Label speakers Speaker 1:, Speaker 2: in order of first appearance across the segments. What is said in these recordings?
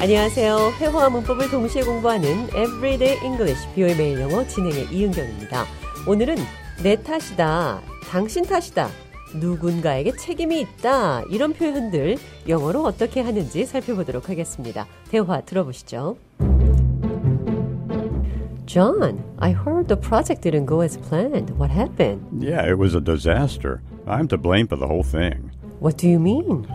Speaker 1: 안녕하세요. 회화와 문법을 동시에 공부하는 Everyday English 비오의 매일 영어 진행의 이은경입니다. 오늘은 내 탓이다, 당신 탓이다, 누군가에게 책임이 있다 이런 표현들 영어로 어떻게 하는지 살펴보도록 하겠습니다. 대화 들어보시죠. John, I heard the project didn't go as planned. What happened?
Speaker 2: Yeah, it was a disaster. I'm to blame for the whole thing.
Speaker 1: What do you mean?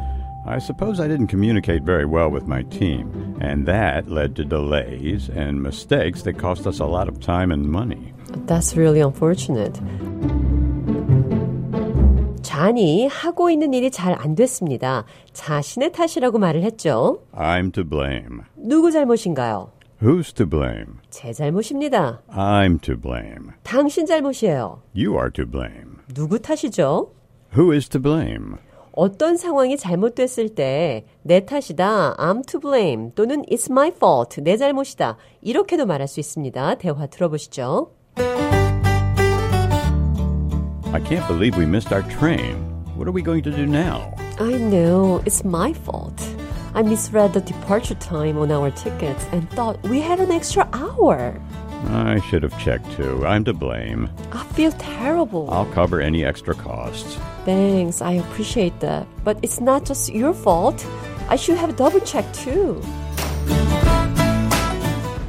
Speaker 2: I suppose I didn't communicate very well with my team, and that led to delays and mistakes that cost us a lot of time and money.
Speaker 1: That's really unfortunate. 잔이 하고 있는 일이 잘 안 됐습니다. 자신의 탓이라고 말을 했죠.
Speaker 2: I'm to blame.
Speaker 1: 누구 잘못인가요?
Speaker 2: Who's to blame?
Speaker 1: 제 잘못입니다.
Speaker 2: I'm to blame.
Speaker 1: 당신 잘못이에요.
Speaker 2: You are to blame.
Speaker 1: 누구 탓이죠?
Speaker 2: Who is to blame?
Speaker 1: 어떤 상황이 잘못됐을 때 내 탓이다, I'm to blame 또는 it's my fault, 내 잘못이다 이렇게도 말할 수 있습니다. 대화 들어보시죠.
Speaker 2: I can't believe we missed our train. What are we going to do now?
Speaker 1: I know it's my fault. I misread the departure time on our tickets and thought we had an extra hour.
Speaker 2: I should have checked too. I'm to blame.
Speaker 1: I feel terrible.
Speaker 2: I'll cover any extra costs.
Speaker 1: Thanks, I appreciate that. But it's not just your fault. I should have double checked too.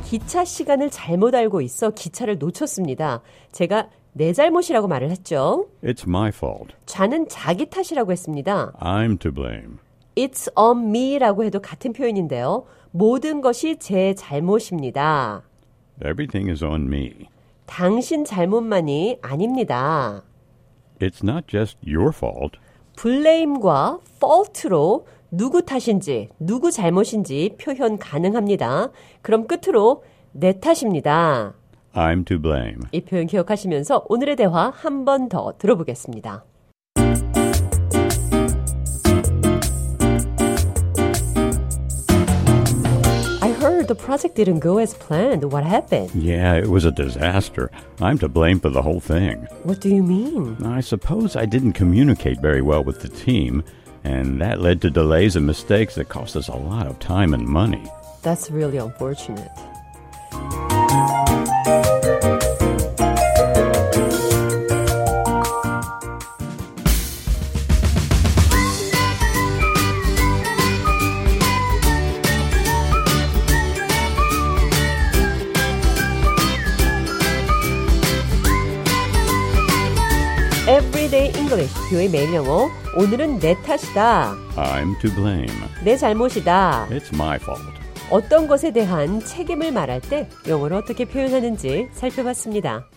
Speaker 1: 기차 시간을 잘못 알고 있어 기차를 놓쳤습니다. 제가 내 잘못이라고 말을 했죠.
Speaker 2: It's my fault.
Speaker 1: 좌는 자기 탓이라고 했습니다.
Speaker 2: I'm to blame.
Speaker 1: It's on me라고 해도 같은 표현인데요. 모든 것이 제 잘못입니다.
Speaker 2: Everything is on me.
Speaker 1: 당신 잘못만이 아닙니다.
Speaker 2: It's not just your fault.
Speaker 1: 블레임과 fault로 누구 탓인지, 누구 잘못인지 표현 가능합니다. 그럼 끝으로 내 탓입니다.
Speaker 2: I'm to blame.
Speaker 1: 이 표현 기억하시면서 오늘의 대화 한 번 더 들어보겠습니다. I heard the project didn't go as planned. What happened?
Speaker 2: Yeah, it was a disaster. I'm to blame for the whole thing.
Speaker 1: What do you mean?
Speaker 2: I suppose I didn't communicate very well with the team, and that led to delays and mistakes that cost us a lot of time and money.
Speaker 1: That's really unfortunate. Everyday English, 교의 매일 영어. 오늘은 내 탓이다.
Speaker 2: I'm to blame.
Speaker 1: 내 잘못이다.
Speaker 2: It's my fault.
Speaker 1: 어떤 것에 대한 책임을 말할 때 영어로 어떻게 표현하는지 살펴봤습니다.